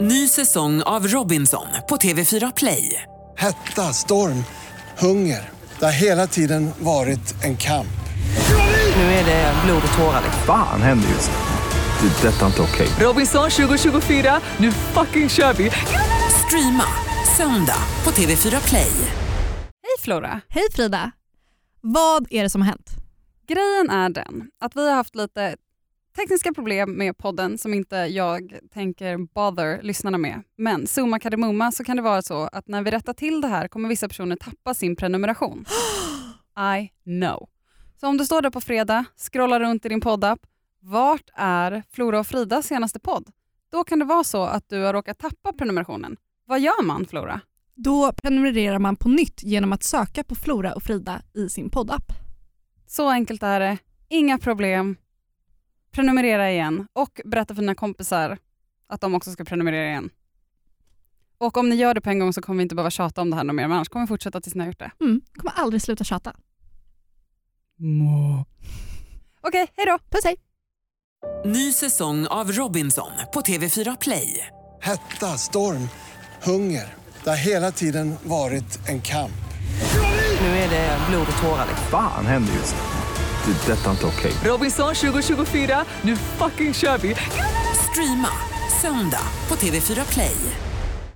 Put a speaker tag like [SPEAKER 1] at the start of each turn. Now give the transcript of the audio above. [SPEAKER 1] Ny säsong av Robinson på TV4 Play.
[SPEAKER 2] Hetta, storm, hunger. Det har hela tiden varit en kamp.
[SPEAKER 1] Nu är det blod och tårar.
[SPEAKER 3] Fan händer just nu. Det. är Detta är inte okej.
[SPEAKER 1] Robinson 2024, nu fucking kör vi! Streama söndag på TV4 Play.
[SPEAKER 4] Hej Flora!
[SPEAKER 5] Hej Frida! Vad är det som har hänt?
[SPEAKER 4] Grejen är den att vi har haft lite tekniska problem med podden som inte jag tänker bother lyssnarna med. Men summa kardemumma så kan det vara så att när vi rättar till det här kommer vissa personer tappa sin prenumeration. I know. Så om du står där på fredag, scrollar runt i din poddapp, vart är Flora och Fridas senaste podd? Då kan det vara så att du har råkat tappa prenumerationen. Vad gör man Flora?
[SPEAKER 5] Då prenumererar man på nytt genom att söka på Flora och Frida i sin poddapp.
[SPEAKER 4] Så enkelt är det. Inga problem. Prenumerera igen och berätta för dina kompisar att de också ska prenumerera igen. Och om ni gör det på en gång så kommer vi inte behöva tjata om det här något mer, men annars kommer vi fortsätta tills ni har gjort det.
[SPEAKER 5] Mm. Kommer aldrig sluta tjata.
[SPEAKER 4] Okej, hej då!
[SPEAKER 5] Puss hej!
[SPEAKER 1] Ny säsong av Robinson på TV4 Play.
[SPEAKER 2] Hetta, storm, hunger. Det har hela tiden varit en kamp.
[SPEAKER 3] Fan händer just nu. Det. är Detta är inte okej.
[SPEAKER 1] Robinson 2024, nu fucking kör vi! Streama söndag på TV4 Play.